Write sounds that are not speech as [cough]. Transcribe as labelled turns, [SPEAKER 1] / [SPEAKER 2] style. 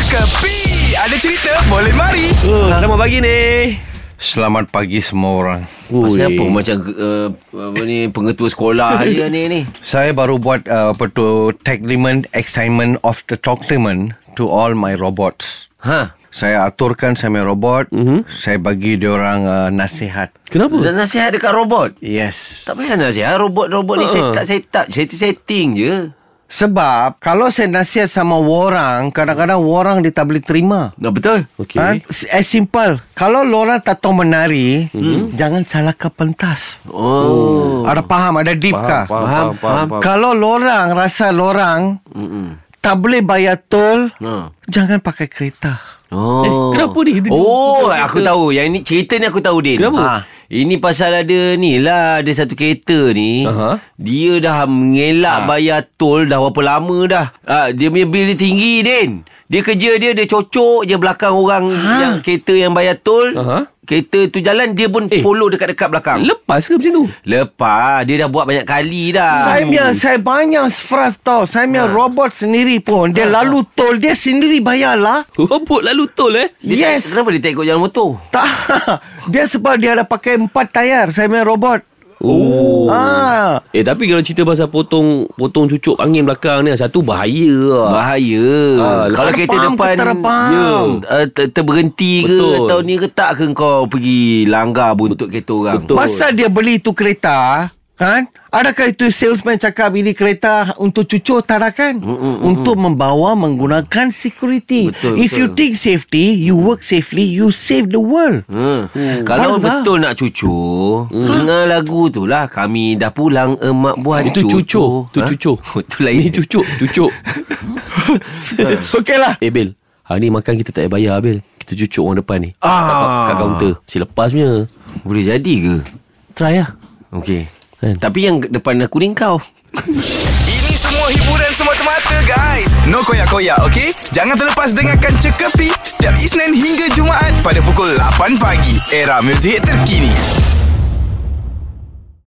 [SPEAKER 1] Kepi Ada cerita boleh mari
[SPEAKER 2] Oh, selamat pagi ni.
[SPEAKER 3] Selamat pagi semua orang.
[SPEAKER 4] Pasal apa macam uh, apa ni pengetua sekolah aja ni ni.
[SPEAKER 3] Saya baru buat uh, apa tu tagline excitement of the document to all my robots.
[SPEAKER 4] Ha.
[SPEAKER 3] Saya aturkan saya punya robot,
[SPEAKER 4] Mhm.
[SPEAKER 3] mm-hmm. saya bagi dia orang uh, nasihat.
[SPEAKER 2] Kenapa?
[SPEAKER 4] Dan nasihat dekat robot.
[SPEAKER 3] Yes.
[SPEAKER 4] Tak payah nasihat robot-robot
[SPEAKER 2] Ha.
[SPEAKER 4] ni set tak set up, setting setting je.
[SPEAKER 3] Sebab kalau saya nasihat sama orang, kadang-kadang orang dia tak boleh terima.
[SPEAKER 4] Nah betul.
[SPEAKER 2] Okey.
[SPEAKER 3] Ha? As simple. Kalau orang tak tahu menari, mm-hmm. jangan salahkan pentas.
[SPEAKER 4] Mhm. Oh.
[SPEAKER 3] Oh. Ada faham, ada deep kah?
[SPEAKER 4] Faham, faham.
[SPEAKER 3] Kalau lorang rasa lorang
[SPEAKER 4] Mm-mm.
[SPEAKER 3] tak boleh bayar tol,
[SPEAKER 4] Ha.
[SPEAKER 3] jangan pakai kereta.
[SPEAKER 4] Oh.
[SPEAKER 2] Eh, kenapa ni? Kita-
[SPEAKER 4] Oh,
[SPEAKER 2] kita-
[SPEAKER 4] aku
[SPEAKER 2] kita-
[SPEAKER 4] tahu. Yang ni cerita ni aku tahu Din.
[SPEAKER 2] Kenapa?
[SPEAKER 4] Ini pasal ada ni lah ada satu kereta ni.
[SPEAKER 2] Aha.
[SPEAKER 4] Dia dah mengelak bayar tol dah berapa lama dah. Ah, dia punya bil dia tinggi Din. Dia kerja dia dia cocok je belakang orang yang kereta yang bayar tol.
[SPEAKER 2] Ha. Aha.
[SPEAKER 4] Kereta tu jalan dia pun
[SPEAKER 2] Eh.
[SPEAKER 4] follow dekat-dekat belakang.
[SPEAKER 2] Lepas ke [laughs] macam tu?
[SPEAKER 4] Lepas dia dah buat banyak kali dah.
[SPEAKER 3] Saya punya saya banyak frust tau. Saya
[SPEAKER 4] Ah.
[SPEAKER 3] punya robot sendiri pun dia lalu tol dia sendiri bayar lah.
[SPEAKER 2] Robot lalu tol eh.
[SPEAKER 4] Dia
[SPEAKER 3] Yes.
[SPEAKER 4] tak- Kenapa dia tak ikut jalan motor?
[SPEAKER 3] Tak. [laughs] Dia sebab dia ada pakai empat tayar. Saya punya robot.
[SPEAKER 2] Oh.
[SPEAKER 3] Ah.
[SPEAKER 2] Eh tapi kalau cerita pasal potong potong cucuk angin belakang ni ah, satu bahaya lah.
[SPEAKER 4] Bahaya
[SPEAKER 2] Ah,
[SPEAKER 4] Kalau
[SPEAKER 3] terbang
[SPEAKER 4] kereta
[SPEAKER 3] ke
[SPEAKER 4] depan
[SPEAKER 3] terbang?
[SPEAKER 4] ya, uh, ter- Terberhenti ke
[SPEAKER 2] Betul.
[SPEAKER 4] Atau ni ke tak ke Kau pergi langgar buntut kereta orang
[SPEAKER 2] Betul.
[SPEAKER 3] Masa dia beli tu kereta, kan? Adakah itu salesman cakap ini kereta untuk cucu tarakan? kan?
[SPEAKER 4] Mm,
[SPEAKER 3] Untuk membawa menggunakan security.
[SPEAKER 4] Betul,
[SPEAKER 3] If you
[SPEAKER 4] betul.
[SPEAKER 3] think safety, you work safely, you save the world.
[SPEAKER 4] Hmm.
[SPEAKER 2] lah.
[SPEAKER 3] Faham,
[SPEAKER 4] Kalau betul nak cucu
[SPEAKER 2] Hmm.
[SPEAKER 4] Dengar lagu tu lah Kami dah pulang Emak buat
[SPEAKER 2] Itu cucuk. [laughs] Itu
[SPEAKER 4] Ha?
[SPEAKER 2] cucuk.
[SPEAKER 4] [laughs] Itu lain
[SPEAKER 2] Ni cucuk, [laughs] cucuk.
[SPEAKER 3] [laughs] Okeylah.
[SPEAKER 2] eh Bil, hari ni makan kita tak payah bayar Bil. Kita cucuk orang depan ni.
[SPEAKER 4] ah.
[SPEAKER 2] Kat kaunter. Si lepas punya.
[SPEAKER 4] Boleh jadi ke
[SPEAKER 2] Try lah.
[SPEAKER 4] Okey
[SPEAKER 2] Kan?
[SPEAKER 4] Tapi yang depan aku ni kau
[SPEAKER 1] Ini semua hiburan semata-mata guys No koyak-koyak ok Jangan terlepas dengarkan Cekapi Setiap Isnin hingga Jumaat Pada pukul 8 pagi Era muzik terkini